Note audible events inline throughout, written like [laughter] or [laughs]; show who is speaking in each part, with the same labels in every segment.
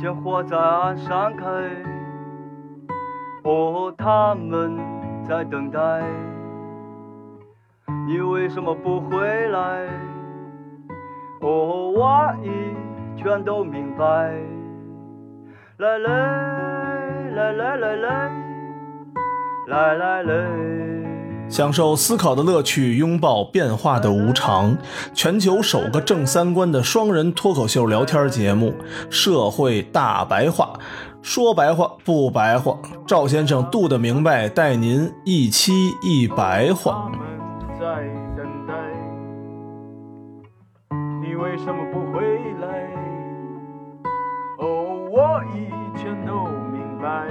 Speaker 1: 些火在岸上开，哦，他们在等待。你为什么不回来？哦，我已全都明白。来来来来来来来来来。
Speaker 2: 享受思考的乐趣，拥抱变化的无常。全球首个正三观的双人脱口秀聊天节目《社会大白话》，说白话不白话，赵先生度的明白，带您一期一白
Speaker 1: 他
Speaker 2: 话。
Speaker 1: 们在等待，你为什么不回来？哦，我已全都明白。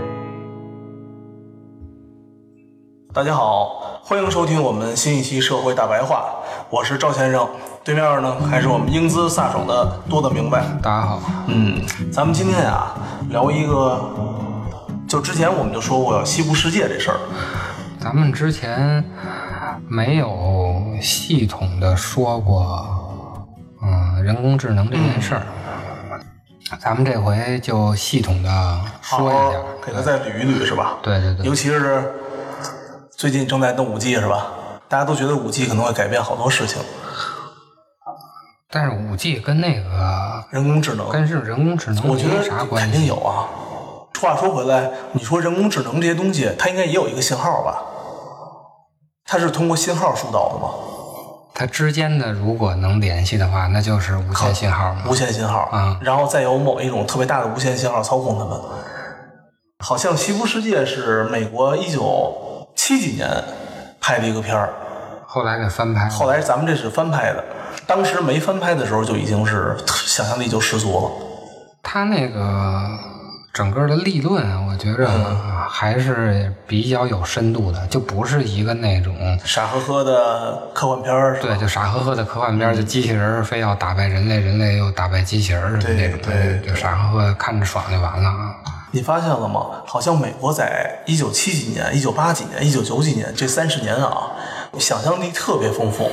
Speaker 2: 大家好，欢迎收听我们新一期《社会大白话》，我是赵先生，对面呢还是我们英姿飒爽的多的明白。
Speaker 3: 大家好，
Speaker 2: 嗯，咱们今天啊聊一个，就之前我们就说过西部世界这事儿，
Speaker 3: 咱们之前没有系统的说过，嗯，人工智能这件事儿，咱们这回就系统的说一下
Speaker 2: 好。给他再捋一捋是吧？
Speaker 3: 对对对
Speaker 2: 尤，其是最近正在弄五 G 是吧？大家都觉得五 G 可能会改变好多事情，
Speaker 3: 但是五 G 跟那个
Speaker 2: 人工智能，
Speaker 3: 跟是人工智能
Speaker 2: 我觉
Speaker 3: 没
Speaker 2: 得
Speaker 3: 啥关
Speaker 2: 肯定
Speaker 3: 系。
Speaker 2: 有啊。话说回来，你说人工智能这些东西，它应该也有一个信号吧？它是通过信号疏导的吗？
Speaker 3: 它之间的如果能联系的话，那就是无线信号嘛
Speaker 2: 无。线信号
Speaker 3: 啊
Speaker 2: 然后再有某一种特别大的无线信号操控它们。好像《西部世界》是美国一九七几年拍的一个片儿，
Speaker 3: 后来给翻拍了。
Speaker 2: 后来咱们这是翻拍的，当时没翻拍的时候就已经是想象力就十足了。
Speaker 3: 他那个整个的立论啊，我觉着
Speaker 2: 嗯
Speaker 3: 还是比较有深度的，就不是一个那种
Speaker 2: 傻呵呵的科幻片儿是吧，
Speaker 3: 对，就傻呵呵的科幻
Speaker 2: 嗯
Speaker 3: 片儿，就机器人儿非要打败人类，人类又打败机器人儿什么那种
Speaker 2: 对
Speaker 3: 的，
Speaker 2: 对
Speaker 3: 就傻呵呵看着爽就完了啊。
Speaker 2: 你发现了吗？好像美国在一九七几年、一九八几年、一九九几年这三十年啊，想象力特别丰富。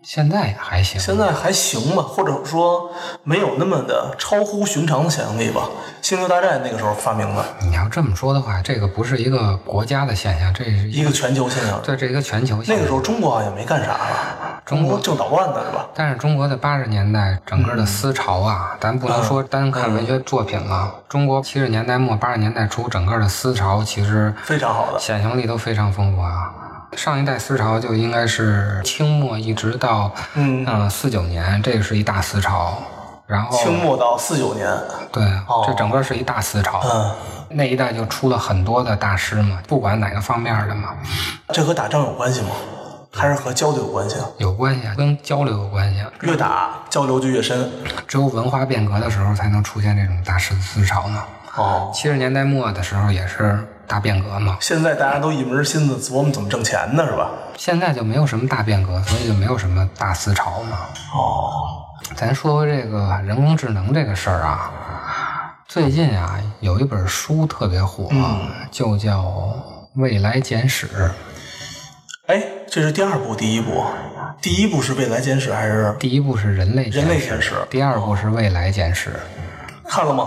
Speaker 3: 现在也还行，
Speaker 2: 现在还行吧，或者说没有那么的超乎寻常的想象力吧。星球大战那个时候发明的，
Speaker 3: 你要这么说的话，这个不是一个国家的现象，这是
Speaker 2: 一个全球现象。
Speaker 3: 对这一个全球现
Speaker 2: 那
Speaker 3: 象。
Speaker 2: 个时候中国好像没干啥吧？
Speaker 3: 中国
Speaker 2: 正捣乱呢是吧？
Speaker 3: 但是中国的八十年代整个的思潮啊，
Speaker 2: 嗯
Speaker 3: 咱不能说单看文学作品了。中国七十年代末八十年代初整个的思潮，其实
Speaker 2: 非常好的。
Speaker 3: 想象力都非常丰富啊。上一代思潮就应该是清末一直到
Speaker 2: 嗯，
Speaker 3: 嗯四九年，这是一大思潮。然后
Speaker 2: 清末到四九年，
Speaker 3: 对
Speaker 2: 哦，
Speaker 3: 这整个是一大思潮。
Speaker 2: 嗯，
Speaker 3: 那一代就出了很多的大师嘛，不管哪个方面的嘛，
Speaker 2: 这和打仗有关系吗？还是和交流有关系啊？
Speaker 3: 有关系啊，跟交流有关系啊。
Speaker 2: 越打交流就越深。
Speaker 3: 只有文化变革的时候才能出现这种大师思潮呢。
Speaker 2: 哦，
Speaker 3: 七十年代末的时候也是大变革嘛，
Speaker 2: 现在大家都一门心思琢磨怎么挣钱呢，是吧？
Speaker 3: 现在就没有什么大变革，所以就没有什么大思潮嘛。
Speaker 2: 哦，
Speaker 3: 咱说这个人工智能这个事儿啊，最近啊有一本书特别火，
Speaker 2: 嗯
Speaker 3: 就叫《未来简史》。
Speaker 2: 哎，这是第二部，第一部，第一部是未来简史还是
Speaker 3: 第一部是人类
Speaker 2: 人类
Speaker 3: 简
Speaker 2: 简史？
Speaker 3: 第二部是未来简史。
Speaker 2: 看了吗？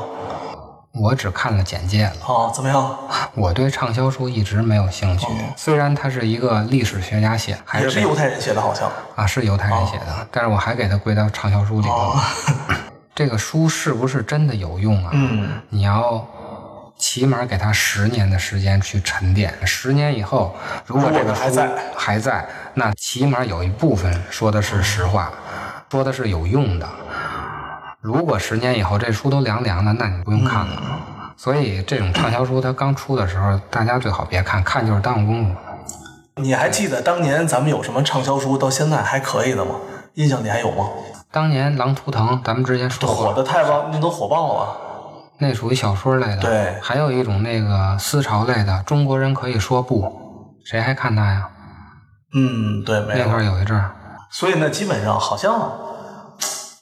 Speaker 3: 我只看了简介了，
Speaker 2: 哦，怎么样？
Speaker 3: 我对畅销书一直没有兴趣。虽然它是一个历史学家写，还
Speaker 2: 哦也
Speaker 3: 是
Speaker 2: 是犹太人写的，好像。
Speaker 3: 啊，是犹太人写的，但是我还给它归到畅销书里头。
Speaker 2: 哦，
Speaker 3: [laughs] 这个书是不是真的有用啊？
Speaker 2: 嗯，
Speaker 3: 你要起码给它十年的时间去沉淀。十年以后，如果这
Speaker 2: 如果
Speaker 3: 个
Speaker 2: 还
Speaker 3: 书
Speaker 2: 在
Speaker 3: 还在，那起码有一部分说的是实话，
Speaker 2: 嗯
Speaker 3: 说的是有用的。如果十年以后这书都凉凉的，那你不用看了。
Speaker 2: 嗯
Speaker 3: 所以这种畅销书它刚出的时候，大家最好别看，看就是耽误功夫。
Speaker 2: 你还记得当年咱们有什么畅销书到现在还可以的吗？印象里还有吗？
Speaker 3: 当年《狼图腾》，咱们之前说
Speaker 2: 火
Speaker 3: 过，
Speaker 2: 的太旺，那都火爆了。
Speaker 3: 那属于小说类的。
Speaker 2: 对
Speaker 3: 还有一种那个思潮类的，中国人可以说不，谁还看它呀？
Speaker 2: 嗯，对，没
Speaker 3: 那
Speaker 2: 有。
Speaker 3: 会儿有一阵儿，
Speaker 2: 所以呢，基本上好像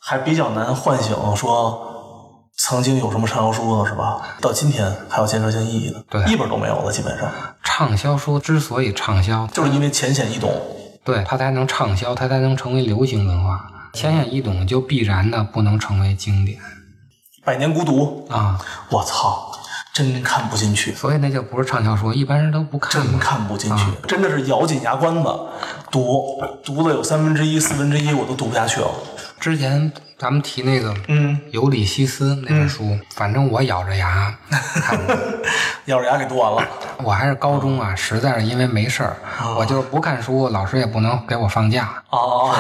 Speaker 2: 还比较难唤醒说曾经有什么畅销书了，是吧？到今天还有建设性意义呢，
Speaker 3: 对
Speaker 2: 一本都没有了，基本上
Speaker 3: 畅销书之所以畅销，
Speaker 2: 就是因为浅显易懂。
Speaker 3: 对它才能畅销，它才能成为流行文化。浅显易懂就必然的不能成为经典。
Speaker 2: 百年孤独》，
Speaker 3: 啊，
Speaker 2: 我操，真看不进去，
Speaker 3: 所以那就不是畅销书，一般人都不看
Speaker 2: 真
Speaker 3: 嘛。
Speaker 2: 看不进去，真的是咬紧牙关子读，读了有三分之一、四分之一我都读不下去了。
Speaker 3: 之前咱们提那个
Speaker 2: 嗯，
Speaker 3: 尤里西斯那本书，反正我咬着牙看
Speaker 2: [laughs]
Speaker 3: 过。
Speaker 2: 咬着牙给读完了。
Speaker 3: 我还是高中
Speaker 2: 哦
Speaker 3: 啊，实在是因为没事儿，我就是不看书，老师也不能给我放假，
Speaker 2: 哦，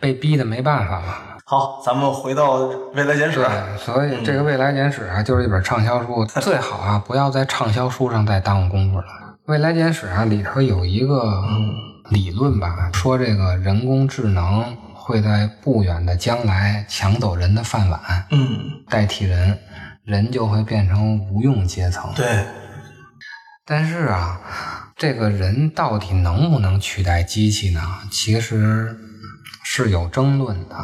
Speaker 3: 被逼的没办法了。
Speaker 2: 好，咱们回到未来简史。
Speaker 3: 对，所以这个《未来简史》啊，就是一本畅销书，最好啊不要在畅销书上再耽误功夫了。《未来简史》啊里头有一个理论吧，说这个人工智能会在不远的将来抢走人的饭碗，
Speaker 2: 嗯，
Speaker 3: 代替人，人就会变成无用阶层。
Speaker 2: 对，
Speaker 3: 但是啊，这个人到底能不能取代机器呢？其实是有争论的。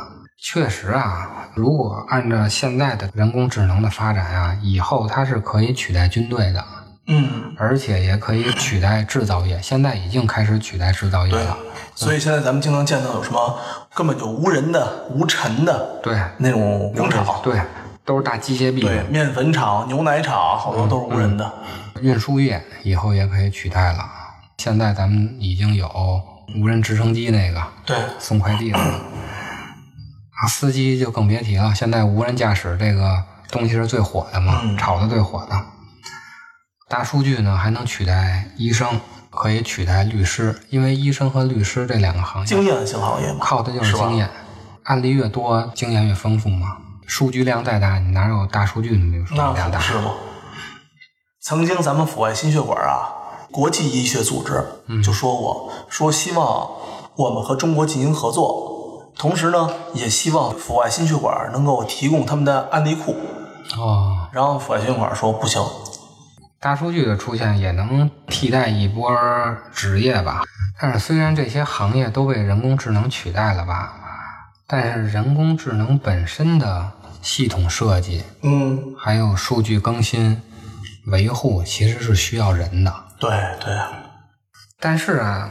Speaker 3: 确实啊，如果按照现在的人工智能的发展啊，以后它是可以取代军队的，
Speaker 2: 嗯，
Speaker 3: 而且也可以取代制造业。现在已经开始取代制造业
Speaker 2: 对啊嗯
Speaker 3: 了。。
Speaker 2: 所以现在咱们经常见到有什么根本就无人的、无尘的
Speaker 3: 对，
Speaker 2: 那种嗯工厂，
Speaker 3: 对，都是大机械臂。
Speaker 2: 对，面粉厂、牛奶厂，好多都是无人的。
Speaker 3: 运输业以后也可以取代了。现在咱们已经有无人直升机那个，
Speaker 2: 对，
Speaker 3: 送快递的。啊，司机就更别提了，现在无人驾驶这个东西是最火的嘛，
Speaker 2: 嗯
Speaker 3: 炒的最火的。大数据呢，还能取代医生，可以取代律师，因为医生和律师这两个行业
Speaker 2: 经验型行业嘛，
Speaker 3: 靠的就是
Speaker 2: 吧
Speaker 3: 经验，案例越多，经验越丰富嘛。数据量再大，你哪有大数据没有数据
Speaker 2: 那
Speaker 3: 量
Speaker 2: 可
Speaker 3: 大
Speaker 2: 不？是吗？曾经咱们阜外心血管啊，国际医学组织就说过，说希望我们和中国进行合作，同时呢，也希望阜外心血管能够提供他们的案例库。
Speaker 3: 哦，
Speaker 2: 然后阜外心血管说不行，
Speaker 3: 大数据的出现也能替代一波职业吧。但是虽然这些行业都被人工智能取代了吧，但是人工智能本身的系统设计，
Speaker 2: 嗯，
Speaker 3: 还有数据更新、维护，其实是需要人的。
Speaker 2: 对对，啊
Speaker 3: 但是啊，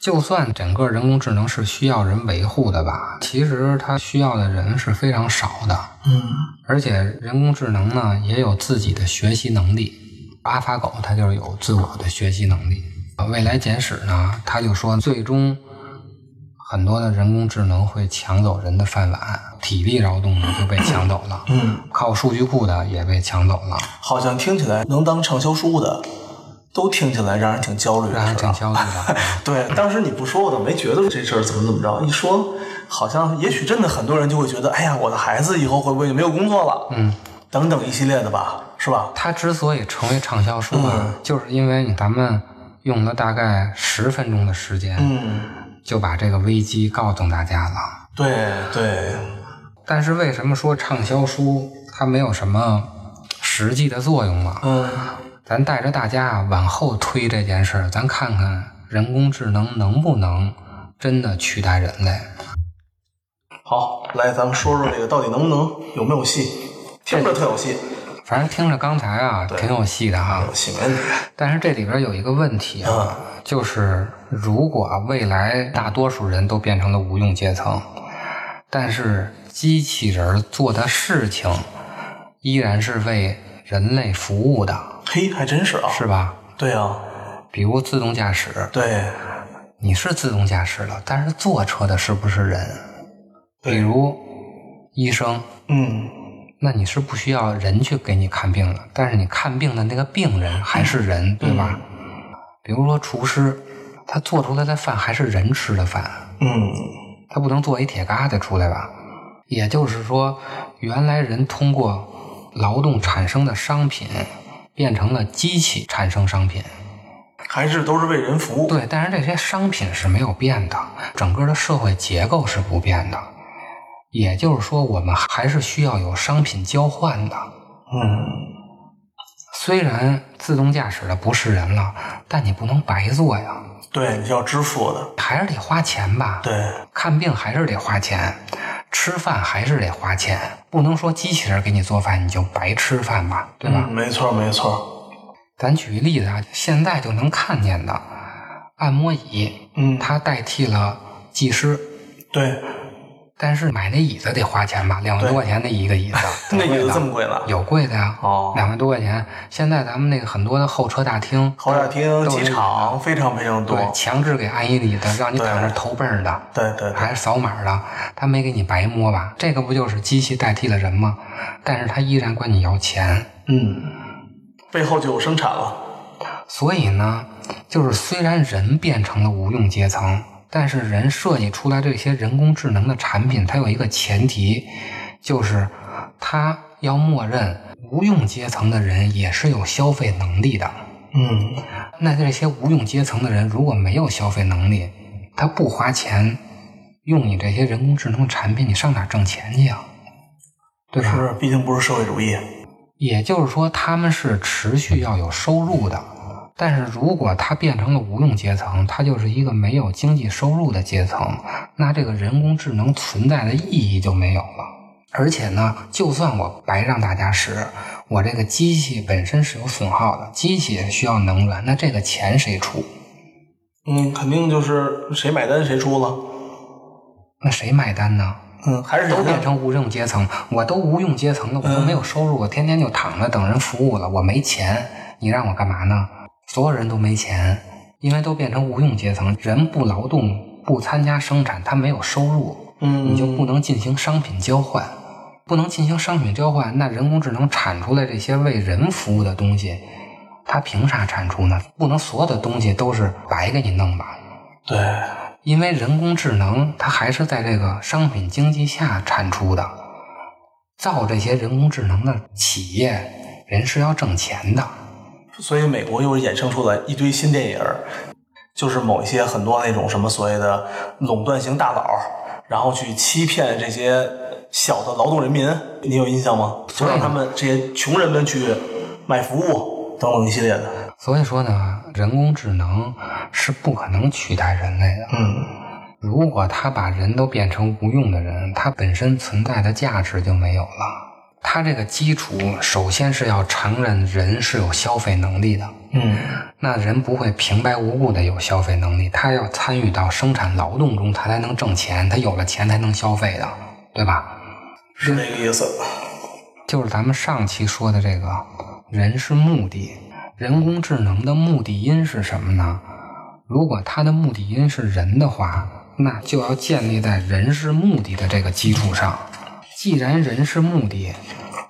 Speaker 3: 就算整个人工智能是需要人维护的吧，其实它需要的人是非常少的。
Speaker 2: 嗯，
Speaker 3: 而且人工智能呢也有自己的学习能力，阿法狗它就是有自我的学习能力。呃未来简史呢，它就说最终很多的人工智能会抢走人的饭碗，体力劳动呢就被抢走了，
Speaker 2: 嗯，
Speaker 3: 靠数据库的也被抢走了，
Speaker 2: 好像听起来能当畅销书的，都听起来让人挺焦虑
Speaker 3: 让
Speaker 2: 的，
Speaker 3: 人
Speaker 2: 是
Speaker 3: 挺
Speaker 2: 吧？
Speaker 3: 焦虑
Speaker 2: [laughs]
Speaker 3: 的。
Speaker 2: 对，当时你不说，我倒没觉得这事儿怎么怎么着。一说，好像也许真的很多人就会觉得，哎呀，我的孩子以后会不会就没有工作了？嗯，等等一系列的吧，是吧？
Speaker 3: 它之所以成为畅销书啊，
Speaker 2: 嗯
Speaker 3: 就是因为咱们用了大概十分钟的时间，
Speaker 2: 嗯，
Speaker 3: 就把这个危机告诉大家了。
Speaker 2: 对对，
Speaker 3: 但是为什么说畅销书它没有什么实际的作用啊？
Speaker 2: 嗯，
Speaker 3: 咱带着大家往后推这件事儿，咱看看人工智能能不能真的取代人类。
Speaker 2: 好，来，咱们说说这个到底能不能有没有戏？听着特有戏，
Speaker 3: 反正听着刚才啊，挺有戏的哈
Speaker 2: 有。戏没问题。
Speaker 3: 但是这里边有一个问题啊，
Speaker 2: 嗯
Speaker 3: 就是如果啊未来大多数人都变成了无用阶层，但是机器人做的事情依然是为人类服务的，
Speaker 2: 嘿，还真是啊，
Speaker 3: 是吧？
Speaker 2: 对啊，
Speaker 3: 比如自动驾驶，
Speaker 2: 对，
Speaker 3: 你是自动驾驶了，但是坐车的是不是人？
Speaker 2: 对
Speaker 3: 比如医生，
Speaker 2: 嗯，
Speaker 3: 那你是不需要人去给你看病了，但是你看病的那个病人还是人，对吧？嗯比如说厨师，他做出来的饭还是人吃的饭，
Speaker 2: 嗯，
Speaker 3: 他不能做一铁疙瘩出来吧？也就是说，原来人通过劳动产生的商品，变成了机器产生商品。
Speaker 2: 还是都是为人服务。
Speaker 3: 对，但是这些商品是没有变的，整个的社会结构是不变的。也就是说，我们还是需要有商品交换的。
Speaker 2: 嗯，
Speaker 3: 虽然自动驾驶的不是人了，但你不能白做呀，
Speaker 2: 对，你是要支付的，
Speaker 3: 还是得花钱吧？
Speaker 2: 对，
Speaker 3: 看病还是得花钱，吃饭还是得花钱，不能说机器人给你做饭你就白吃饭吧，对吧？
Speaker 2: 嗯，没错没错，
Speaker 3: 咱举个例子啊，现在就能看见的按摩椅，
Speaker 2: 嗯，
Speaker 3: 它代替了技师。
Speaker 2: 对，，
Speaker 3: 但是买那椅子得花钱吧，两万多块钱那一个椅子
Speaker 2: [laughs] 那椅
Speaker 3: 挺贵
Speaker 2: 子
Speaker 3: 的
Speaker 2: 这么贵呢？
Speaker 3: 有贵的呀，
Speaker 2: 哦
Speaker 3: 两万多块钱。现在咱们那个很多的候车大厅，
Speaker 2: 豪大厅、
Speaker 3: 都有
Speaker 2: 机场非常非常多。
Speaker 3: 啊对，强制给安利你的，让你
Speaker 2: 对
Speaker 3: 躺着投奔儿的，
Speaker 2: 对对对
Speaker 3: 还是扫码的，他没给你白摸吧？这个不就是机器代替了人吗？但是他依然管你要钱。
Speaker 2: 嗯，背后就有生产了。
Speaker 3: 所以呢，就是虽然人变成了无用阶层，但是人设计出来这些人工智能的产品，它有一个前提，就是它要默认无用阶层的人也是有消费能力的。
Speaker 2: 嗯，
Speaker 3: 那这些无用阶层的人如果没有消费能力，他不花钱用你这些人工智能产品，你上哪儿挣钱去啊？对吧？
Speaker 2: 是，啊毕竟不是社会主义。
Speaker 3: 也就是说，他们是持续要有收入的。但是如果他变成了无用阶层，他就是一个没有经济收入的阶层，那这个人工智能存在的意义就没有了。而且呢，就算我白让大家使，我这个机器本身是有损耗的，机器也需要能源，那这个钱谁出？
Speaker 2: 嗯，肯定就是谁买单谁出了。
Speaker 3: 那谁买单呢？
Speaker 2: 嗯，还是嗯
Speaker 3: 都变
Speaker 2: 成
Speaker 3: 成无用阶层，我都无用阶层了，我都没有收入，我天天就躺着等人服务了，我没钱，你让我干嘛呢？所有人都没钱，因为都变成无用阶层，人不劳动，不参加生产，他没有收入，
Speaker 2: 嗯，
Speaker 3: 你就不能进行商品交换，不能进行商品交换，那人工智能产出来这些为人服务的东西，它凭啥产出呢？不能所有的东西都是白给你弄吧？
Speaker 2: 对，
Speaker 3: 因为人工智能它还是在这个商品经济下产出的，造这些人工智能的企业人是要挣钱的。
Speaker 2: 所以美国又衍生出来一堆新电影儿，就是某一些很多那种什么所谓的垄断型大佬，然后去欺骗这些小的劳动人民，你有印象吗？就让他们这些穷人们去买服务等等一系列的。
Speaker 3: 所以说呢，人工智能是不可能取代人类的。
Speaker 2: 嗯，
Speaker 3: 如果它把人都变成无用的人，它本身存在的价值就没有了。它这个基础首先是要承认人是有消费能力的，
Speaker 2: 嗯，
Speaker 3: 那人不会平白无故的有消费能力，他要参与到生产劳动中，他才能挣钱，他有了钱才能消费的，对吧？
Speaker 2: 是这个意思。
Speaker 3: 就是咱们上期说的这个，人是目的，人工智能的目的因是什么呢？如果它的目的因是人的话，那就要建立在人是目的的这个基础上。既然人是目的，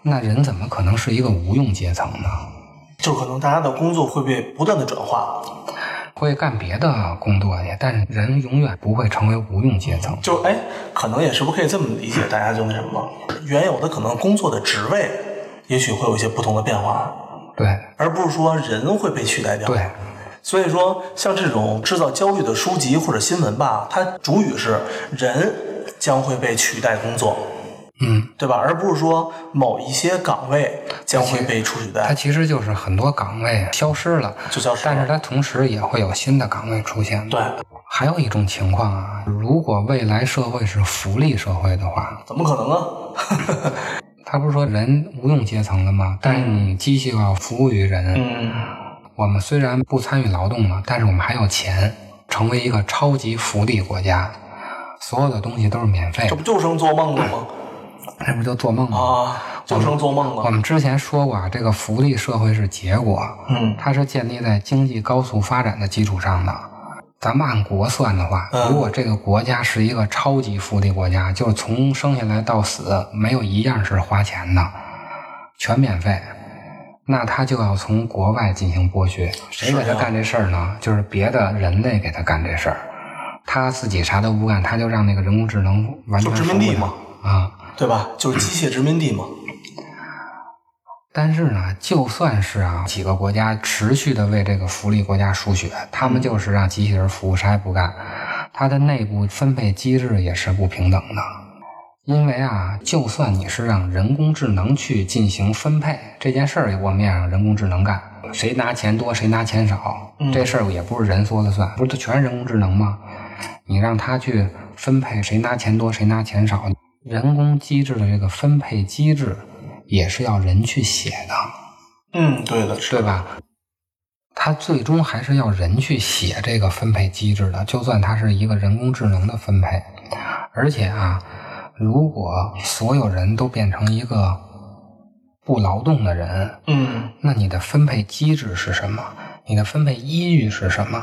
Speaker 3: 那人怎么可能是一个无用阶层呢？
Speaker 2: 就可能大家的工作会被不断的转化，
Speaker 3: 会干别的工作去，但是人永远不会成为无用阶层。
Speaker 2: 就哎，可能也是不是可以这么理解？大家就那什么，原有的可能工作的职位，也许会有一些不同的变化，
Speaker 3: 对
Speaker 2: 而不是说人会被取代掉。
Speaker 3: 对，
Speaker 2: 所以说，像这种制造焦虑的书籍或者新闻吧，它主语是人将会被取代工作，
Speaker 3: 嗯，
Speaker 2: 对吧？而不是说某一些岗位将会被取
Speaker 3: 它
Speaker 2: 代，
Speaker 3: 其实就是很多岗位消失了，
Speaker 2: 就消失
Speaker 3: 但是
Speaker 2: 了。
Speaker 3: 它同时也会有新的岗位出现。，
Speaker 2: 对，
Speaker 3: 还有一种情况啊，如果未来社会是福利社会的话，
Speaker 2: 怎么可能啊？ [laughs]
Speaker 3: 他不是说人无用阶层了吗？但是你机器要服务于人，
Speaker 2: 嗯，
Speaker 3: 我们虽然不参与劳动了，但是我们还有钱，成为一个超级福利国家，所有的东西都是免费
Speaker 2: 这
Speaker 3: 的
Speaker 2: 不，就成做梦了吗？
Speaker 3: 这不就做梦吗？
Speaker 2: 啊，就成做梦
Speaker 3: 我
Speaker 2: 了。
Speaker 3: 们之前说过啊，这个福利社会是结果，
Speaker 2: 嗯
Speaker 3: 它是建立在经济高速发展的基础上的。咱们按国算的话
Speaker 2: 嗯，
Speaker 3: 如果这个国家是一个超级福利国家，就是从生下来到死没有一样是花钱的，全免费，那他就要从国外进行剥削。谁给
Speaker 2: 是
Speaker 3: 他
Speaker 2: 啊
Speaker 3: 干这事儿呢？就是别的人类给他干这事儿，他自己啥都不干，他就让那个人工智能完全
Speaker 2: 就殖民
Speaker 3: 服务
Speaker 2: 地
Speaker 3: 他
Speaker 2: 嘛
Speaker 3: 啊、
Speaker 2: 对吧？就是机械殖民地嘛。
Speaker 3: 但是呢，就算是啊几个国家持续的为这个福利国家输血，他们就是让机器人服务，啥也不干，它的内部分配机制也是不平等的。因为啊，就算你是让人工智能去进行分配这件事儿，我们也让人工智能干，谁拿钱多谁拿钱少，
Speaker 2: 嗯
Speaker 3: 这事儿也不是人说了算，不是都全是人工智能吗？你让它去分配谁拿钱多谁拿钱少，人工机制的这个分配机制也是要人去写的，
Speaker 2: 嗯，对的，是
Speaker 3: 对吧？它最终还是要人去写这个分配机制的，就算它是一个人工智能的分配，而且啊，如果所有人都变成一个不劳动的人，
Speaker 2: 嗯
Speaker 3: 那你的分配机制是什么？你的分配依据是什么？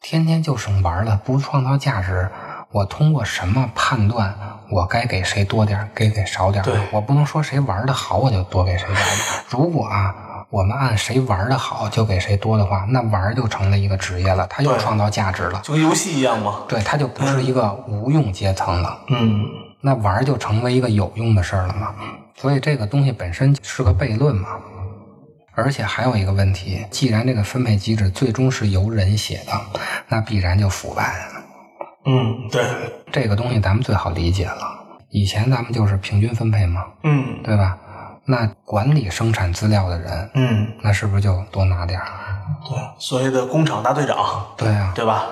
Speaker 3: 天天就省玩了，不创造价值，我通过什么判断我该给谁多点儿，该给少点儿
Speaker 2: 对？
Speaker 3: 我不能说谁玩的好我就多给谁多点儿。如果啊，我们按谁玩的好就给谁多的话，那玩儿就成了一个职业了，它又
Speaker 2: 对嗯
Speaker 3: 创造价值了。
Speaker 2: 就跟游戏一样嘛。
Speaker 3: 对，它就不是一个无用阶层了。
Speaker 2: 嗯，
Speaker 3: 那玩儿就成为一个有用的事儿了嘛。所以这个东西本身是个悖论嘛。而且还有一个问题，既然这个分配机制最终是由人写的，那必然就腐败。
Speaker 2: 嗯，对，
Speaker 3: 这个东西咱们最好理解了。以前咱们就是平均分配嘛，
Speaker 2: 嗯
Speaker 3: 对吧？那管理生产资料的人，
Speaker 2: 嗯，
Speaker 3: 那是不是就多拿点儿？啊
Speaker 2: 对，所谓的工厂大队长，
Speaker 3: 对啊，
Speaker 2: 对吧？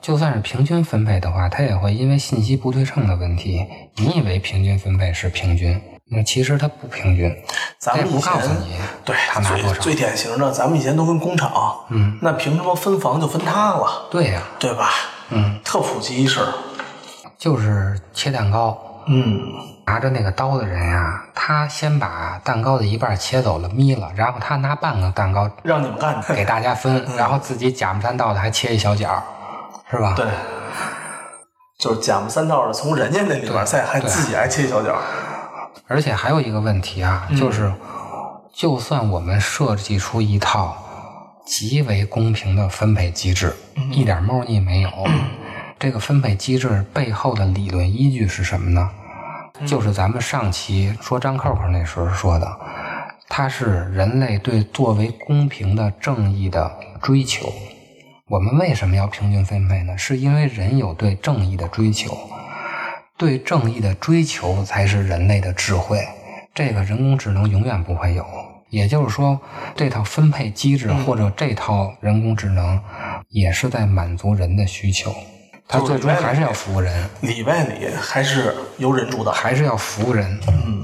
Speaker 3: 就算是平均分配的话，它也会因为信息不对称的问题。你以为平均分配是平均，那其实它不平均。
Speaker 2: 咱
Speaker 3: 也
Speaker 2: 们以
Speaker 3: 不
Speaker 2: 前
Speaker 3: 哎告诉你，
Speaker 2: 对
Speaker 3: 他拿多
Speaker 2: 最
Speaker 3: 少？
Speaker 2: 最典型的，咱们以前都跟工厂，
Speaker 3: 嗯，
Speaker 2: 那凭什么分房就分它了，
Speaker 3: 对呀、
Speaker 2: 对吧？
Speaker 3: 嗯，
Speaker 2: 特普及一事儿。
Speaker 3: 就是切蛋糕，
Speaker 2: 嗯
Speaker 3: 拿着那个刀的人呀、他先把蛋糕的一半切走了，眯了，然后他拿半个蛋糕，
Speaker 2: 让你们干的，
Speaker 3: 给大家分，然后自己假模三道的还切一小角儿，是吧？
Speaker 2: 对，就是假模三道的从人家那里边儿再还
Speaker 3: 对
Speaker 2: 自己还切一小脚儿，
Speaker 3: 而且还有一个问题啊，就是就算我们设计出一套极为公平的分配机制，一点猫腻没有，这个分配机制背后的理论依据是什么呢？
Speaker 2: 嗯
Speaker 3: 就是咱们上期说张扣扣那时候说的，它是人类对作为公平的正义的追求。我们为什么要平均分配呢？是因为人有对正义的追求，对正义的追求才是人类的智慧。这个人工智能永远不会有。也就是说，这套分配机制
Speaker 2: 嗯
Speaker 3: 或者这套人工智能，也是在满足人的需求。它
Speaker 2: 就是
Speaker 3: 最终
Speaker 2: 人类
Speaker 3: 还是要服务人，
Speaker 2: 里外里还是由人主导。
Speaker 3: 还是要服务人。
Speaker 2: 嗯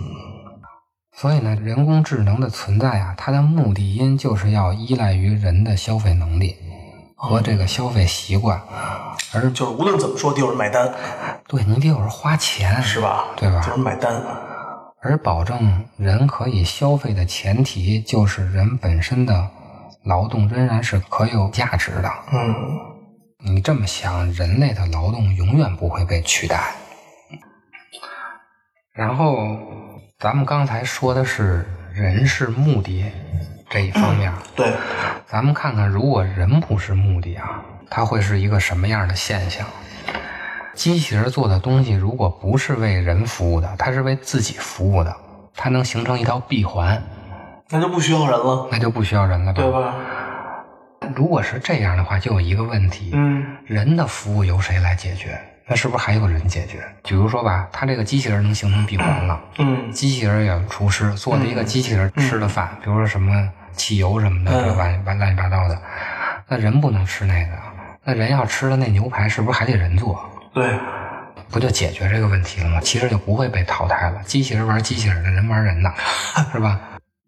Speaker 3: 所以呢，人工智能的存在啊，它的目的因就是要依赖于人的消费能力
Speaker 2: 哦
Speaker 3: 和这个消费习惯，而
Speaker 2: 就是无论怎么说，得有人买单，
Speaker 3: 对你得有人花钱，
Speaker 2: 是吧？
Speaker 3: 对吧
Speaker 2: 得有人买单，
Speaker 3: 而保证人可以消费的前提，就是人本身的劳动仍然是可有价值的。
Speaker 2: 嗯，
Speaker 3: 你这么想，人类的劳动永远不会被取代。然后，咱们刚才说的是人是目的这一方面儿，
Speaker 2: 对，
Speaker 3: 咱们看看，如果人不是目的啊，它会是一个什么样的现象？机器人做的东西，如果不是为人服务的，它是为自己服务的，它能形成一条闭环，
Speaker 2: 那就不需要人了，
Speaker 3: 那就不需要人了吧？
Speaker 2: 对吧？
Speaker 3: 如果是这样的话，就有一个问题，
Speaker 2: 嗯
Speaker 3: 人的服务由谁来解决？那是不是还有人解决？比如说吧，它这个机器人能形成闭环了，
Speaker 2: 嗯
Speaker 3: 机器人也有厨师做了一个机器人吃的饭，比如说什么汽油什么的，
Speaker 2: 嗯
Speaker 3: 这玩玩乱七八糟的。那人不能吃那个，那人要吃的那牛排是不是还得人做？
Speaker 2: 对，
Speaker 3: 不就解决这个问题了吗？其实就不会被淘汰了。机器人玩机器人的，人玩人的，是吧？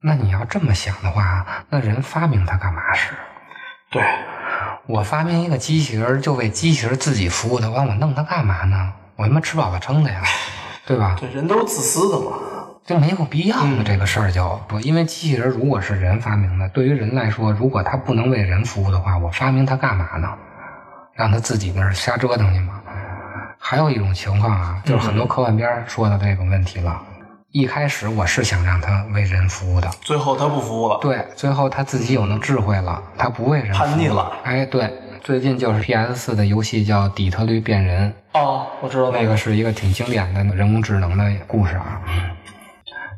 Speaker 3: 那你要这么想的话，那人发明它干嘛使？
Speaker 2: 对，
Speaker 3: 我发明一个机器人儿就为机器人自己服务的话，我弄它干嘛呢？我他妈吃饱了撑的呀，对吧？
Speaker 2: 对，人都是自私的嘛，
Speaker 3: 就没有必要了。这个事儿就不，因为机器人如果是人发明的，对于人来说，如果它不能为人服务的话，我发明它干嘛呢？让它自己那儿瞎折腾去吗？还有一种情况啊，就是很多科幻片儿说的这个问题了。一开始我是想让它为人服务的，
Speaker 2: 最后他不服务了，
Speaker 3: 对，最后他自己有了智慧了，他不为人服务
Speaker 2: 叛逆了。
Speaker 3: 哎，对，最近就是 PS 四的游戏叫《底特律变人》，
Speaker 2: 哦，我知道
Speaker 3: 那个是一个挺经典的人工智能的故事啊。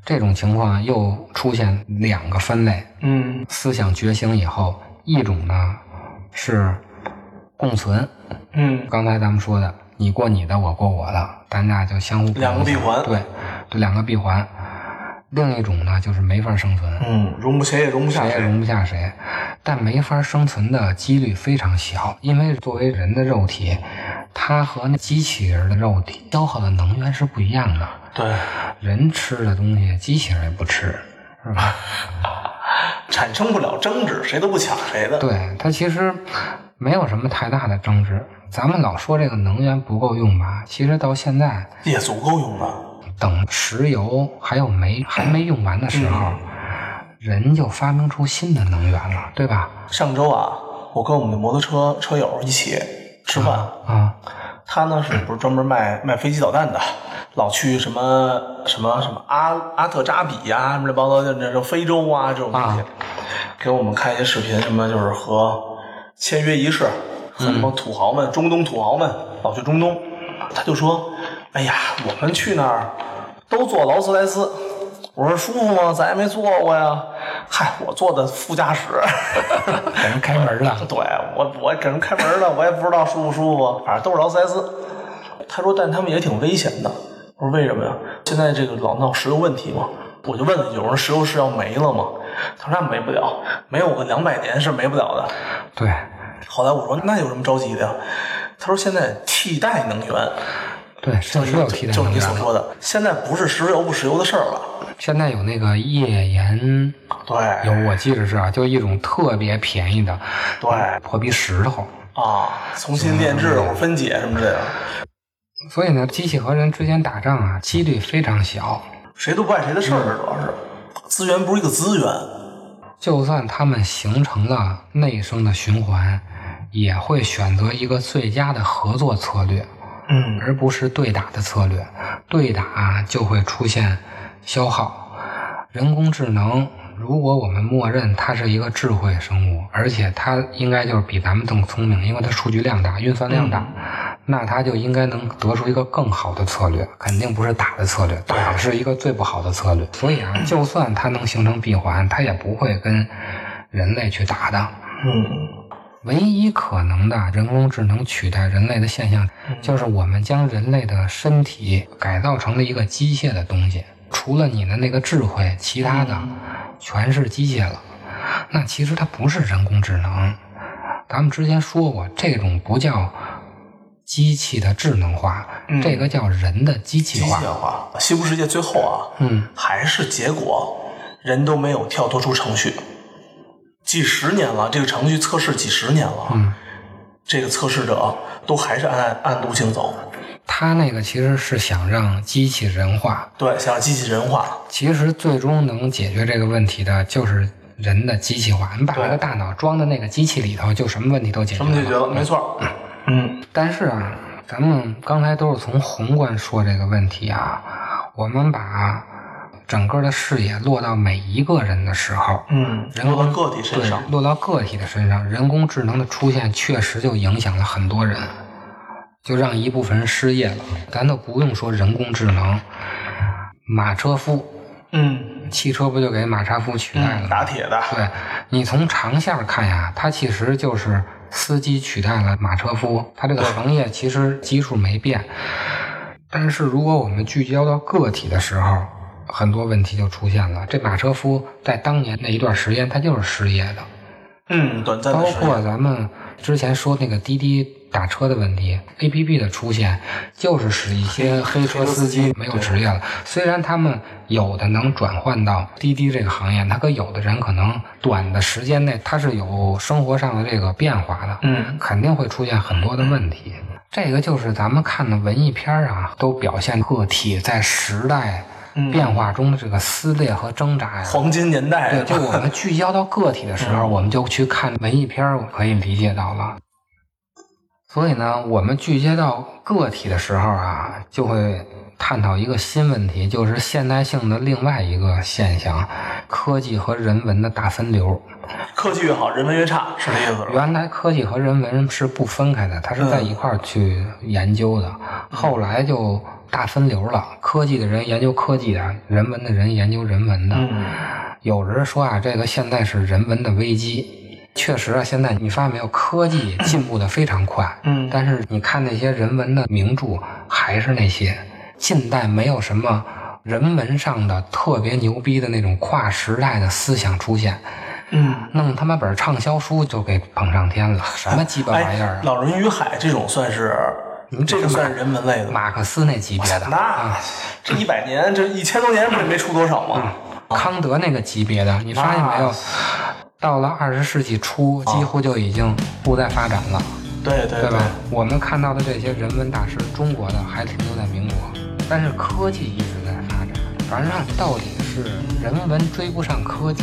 Speaker 3: 这种情况又出现两个分类，
Speaker 2: 嗯
Speaker 3: 思想觉醒以后，一种呢是共存，
Speaker 2: 嗯，
Speaker 3: 刚才咱们说的，你过你的，我过我的，咱俩就相互不
Speaker 2: 两个闭环
Speaker 3: 对，这两个闭环。另一种呢就是没法生存，
Speaker 2: 嗯，容不谁也容不下
Speaker 3: 谁也
Speaker 2: 谁，
Speaker 3: 容不下谁，但没法生存的几率非常小，因为作为人的肉体，它和那机器人的肉体消耗的能源是不一样的。
Speaker 2: 对，
Speaker 3: 人吃的东西，机器人也不吃，是吧？
Speaker 2: 产生不了争执，谁都不抢谁的，
Speaker 3: 对，它其实没有什么太大的争执。咱们老说这个能源不够用吧，其实到现在
Speaker 2: 也足够用了。
Speaker 3: 等石油还有煤还没用完的时候，
Speaker 2: 嗯
Speaker 3: 人就发明出新的能源了，对吧？
Speaker 2: 上周啊，我跟我们的摩托车车友一起吃饭，
Speaker 3: 啊、
Speaker 2: 他呢是不是专门卖卖飞机导弹的？老去什么什么什么阿阿特扎比呀、什么这帮糟就那种非洲啊这种东西，
Speaker 3: 啊
Speaker 2: 给我们看一些视频，什么就是和签约仪式，和那帮土豪们、中东土豪们老去中东，他就说：“哎呀，我们去那儿都坐劳斯莱斯。”我说舒服吗？咱也没坐过呀。嗨，我坐的副驾驶。
Speaker 3: 给人开门了。
Speaker 2: 对我，我给人开门了，我也不知道舒不舒服，反正都是劳斯莱斯。他说，但他们也挺危险的。我说为什么呀？现在这个老闹石油问题嘛。我就问了一句，我说石油是要没了吗？他说那没不了，没有个两百年是没不了的。
Speaker 3: 对，
Speaker 2: 后来我说那有什么着急的呀？他说现在替代能源，
Speaker 3: 对，是是有替代
Speaker 2: 就是
Speaker 3: 能
Speaker 2: 你
Speaker 3: 源
Speaker 2: 所
Speaker 3: 了。
Speaker 2: 说的，现在不是石油不石油的事儿了。
Speaker 3: 现在有那个页岩
Speaker 2: 对，
Speaker 3: 有，我记得是啊，就一种特别便宜的
Speaker 2: 对
Speaker 3: 破壁石头。
Speaker 2: 啊，重新炼制或者分解什么之类的，
Speaker 3: 所以呢，机器和人之间打仗啊，几率非常小。
Speaker 2: 谁都不碍谁的事儿，主要是资源不是一个资源。
Speaker 3: 就算他们形成了内生的循环，也会选择一个最佳的合作策略，
Speaker 2: 嗯
Speaker 3: 而不是对打的策略。对打啊就会出现消耗。人工智能，如果我们默认它是一个智慧生物，而且它应该就是比咱们更聪明，因为它数据量大，运算量大，那它就应该能得出一个更好的策略，肯定不是打的策略，打是一个最不好的策略。所以啊，就算它能形成闭环，它也不会跟人类去打的。
Speaker 2: 嗯，
Speaker 3: 唯一可能的人工智能取代人类的现象，
Speaker 2: 嗯
Speaker 3: 就是我们将人类的身体改造成了一个机械的东西，除了你的那个智慧，其他的
Speaker 2: 嗯
Speaker 3: 全是机械了。那其实它不是人工智能，咱们之前说过，这种不叫机器的智能化，
Speaker 2: 嗯
Speaker 3: 这个叫人的机器
Speaker 2: 机械
Speaker 3: 化。
Speaker 2: 化。西部世界最后啊，
Speaker 3: 嗯，
Speaker 2: 还是结果，人都没有跳脱出程序。几十年了，这个程序测试几十年了，
Speaker 3: 嗯
Speaker 2: 这个测试者都还是按按路径走，
Speaker 3: 它那个其实是想让机器人化，
Speaker 2: 对，想让机器人化，
Speaker 3: 其实最终能解决这个问题的就是人的机器化。你把
Speaker 2: 对
Speaker 3: 那个大脑装到那个机器里头，就什么问题都解
Speaker 2: 什
Speaker 3: 决了。
Speaker 2: 么解决了？没错儿，嗯
Speaker 3: 但是啊，咱们刚才都是从宏观说这个问题啊，我们把整个的视野落到每一个人的时候，
Speaker 2: 嗯，
Speaker 3: 人
Speaker 2: 落到
Speaker 3: 工
Speaker 2: 个体身
Speaker 3: 对
Speaker 2: 上，
Speaker 3: 落到个体的身上，人工智能的出现确实就影响了很多人，就让一部分人失业了。咱都不用说人工智能，马车夫。
Speaker 2: 嗯，
Speaker 3: 汽车不就给马车夫取代了
Speaker 2: 嗯
Speaker 3: 吗？
Speaker 2: 打铁的，
Speaker 3: 对你从长线儿看呀，它其实就是司机取代了马车夫，它这个行业其实基数没变。但是如果我们聚焦到个体的时候，很多问题就出现了。这马车夫在当年那一段时间，他就是失业的。
Speaker 2: 嗯，短暂
Speaker 3: 包
Speaker 2: 的时
Speaker 3: 括
Speaker 2: 间，
Speaker 3: 咱们之前说那个滴滴打车的问题，A P P 的出现，就是使一些哎黑车司机没有职业了。虽然他们有的能转换到滴滴这个行业，他可有的人可能短的时间内他是有生活上的这个变化的，
Speaker 2: 嗯，
Speaker 3: 肯定会出现很多的问题。这个就是咱们看的文艺片儿啊，都表现个体在时代
Speaker 2: 嗯
Speaker 3: 变化中的这个撕裂和挣扎呀、
Speaker 2: 黄金年代
Speaker 3: 对，，哎就我们聚焦到个体的时候，我们就去看文艺片，我可以理解到了。所以呢，我们聚焦到个体的时候啊，就会探讨一个新问题，就是现代性的另外一个现象——科技和人文的大分流。
Speaker 2: 科技越好，人文越差，是这意思是吧？
Speaker 3: 原来科技和人文是不分开的，它是在一块儿去研究的。后来就大分流了，科技的人研究科技的，人文的人研究人文的。
Speaker 2: 嗯，
Speaker 3: 有人说啊，这个现在是人文的危机。确实啊，现在你发现没有，科技进步的非常快。
Speaker 2: 嗯
Speaker 3: 但是你看那些人文的名著，还是那些近代没有什么人文上的特别牛逼的那种跨时代的思想出现，
Speaker 2: 嗯。
Speaker 3: 弄他妈本畅销书就给捧上天了，什么鸡巴玩意儿
Speaker 2: 哎
Speaker 3: 啊！
Speaker 2: 老人与海这种算是，这个算是人文类的。
Speaker 3: 马克思那级别的，啊
Speaker 2: 那这一百年，这一千多年不也没出多少吗？
Speaker 3: 康德那个级别的，你发现没有？到了二十世纪初，几乎就已经不再发展了，
Speaker 2: 对对
Speaker 3: 嗯对吧？我们看到的这些人文大师，中国的还停留在民国，但是科技一直在发展。反正啊到底是人文追不上科技，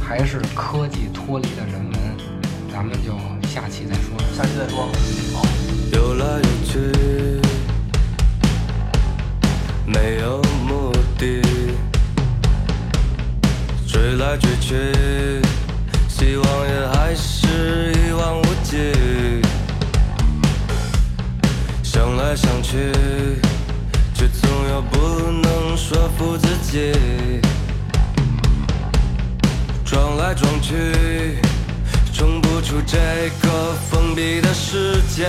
Speaker 3: 还是科技脱离了人文，咱们就下期再说。
Speaker 2: 下期再说。哦
Speaker 4: 游来游去，没有目的，追来追去，希望也还是一望无际。想来想去，却总又不能说服自己。撞来撞去，冲不出这个封闭的世界。